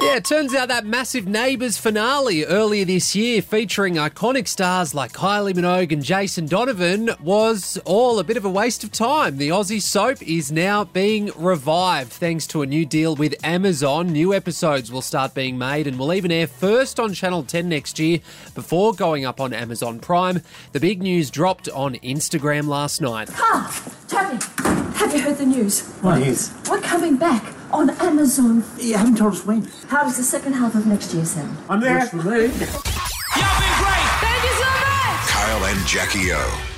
Yeah, it turns out that massive Neighbours finale earlier this year featuring iconic stars like Kylie Minogue and Jason Donovan was all a bit of a waste of time. The Aussie soap is now being revived thanks to a new deal with Amazon. New episodes will start being made and will even air first on Channel 10 next year before going up on Amazon Prime. The big news dropped on Instagram last night. Charlie, have you heard the news? What is? We're coming back on Amazon. You haven't told us when. How does the second half of next year sound? I'm there. Kyle and Jackie O.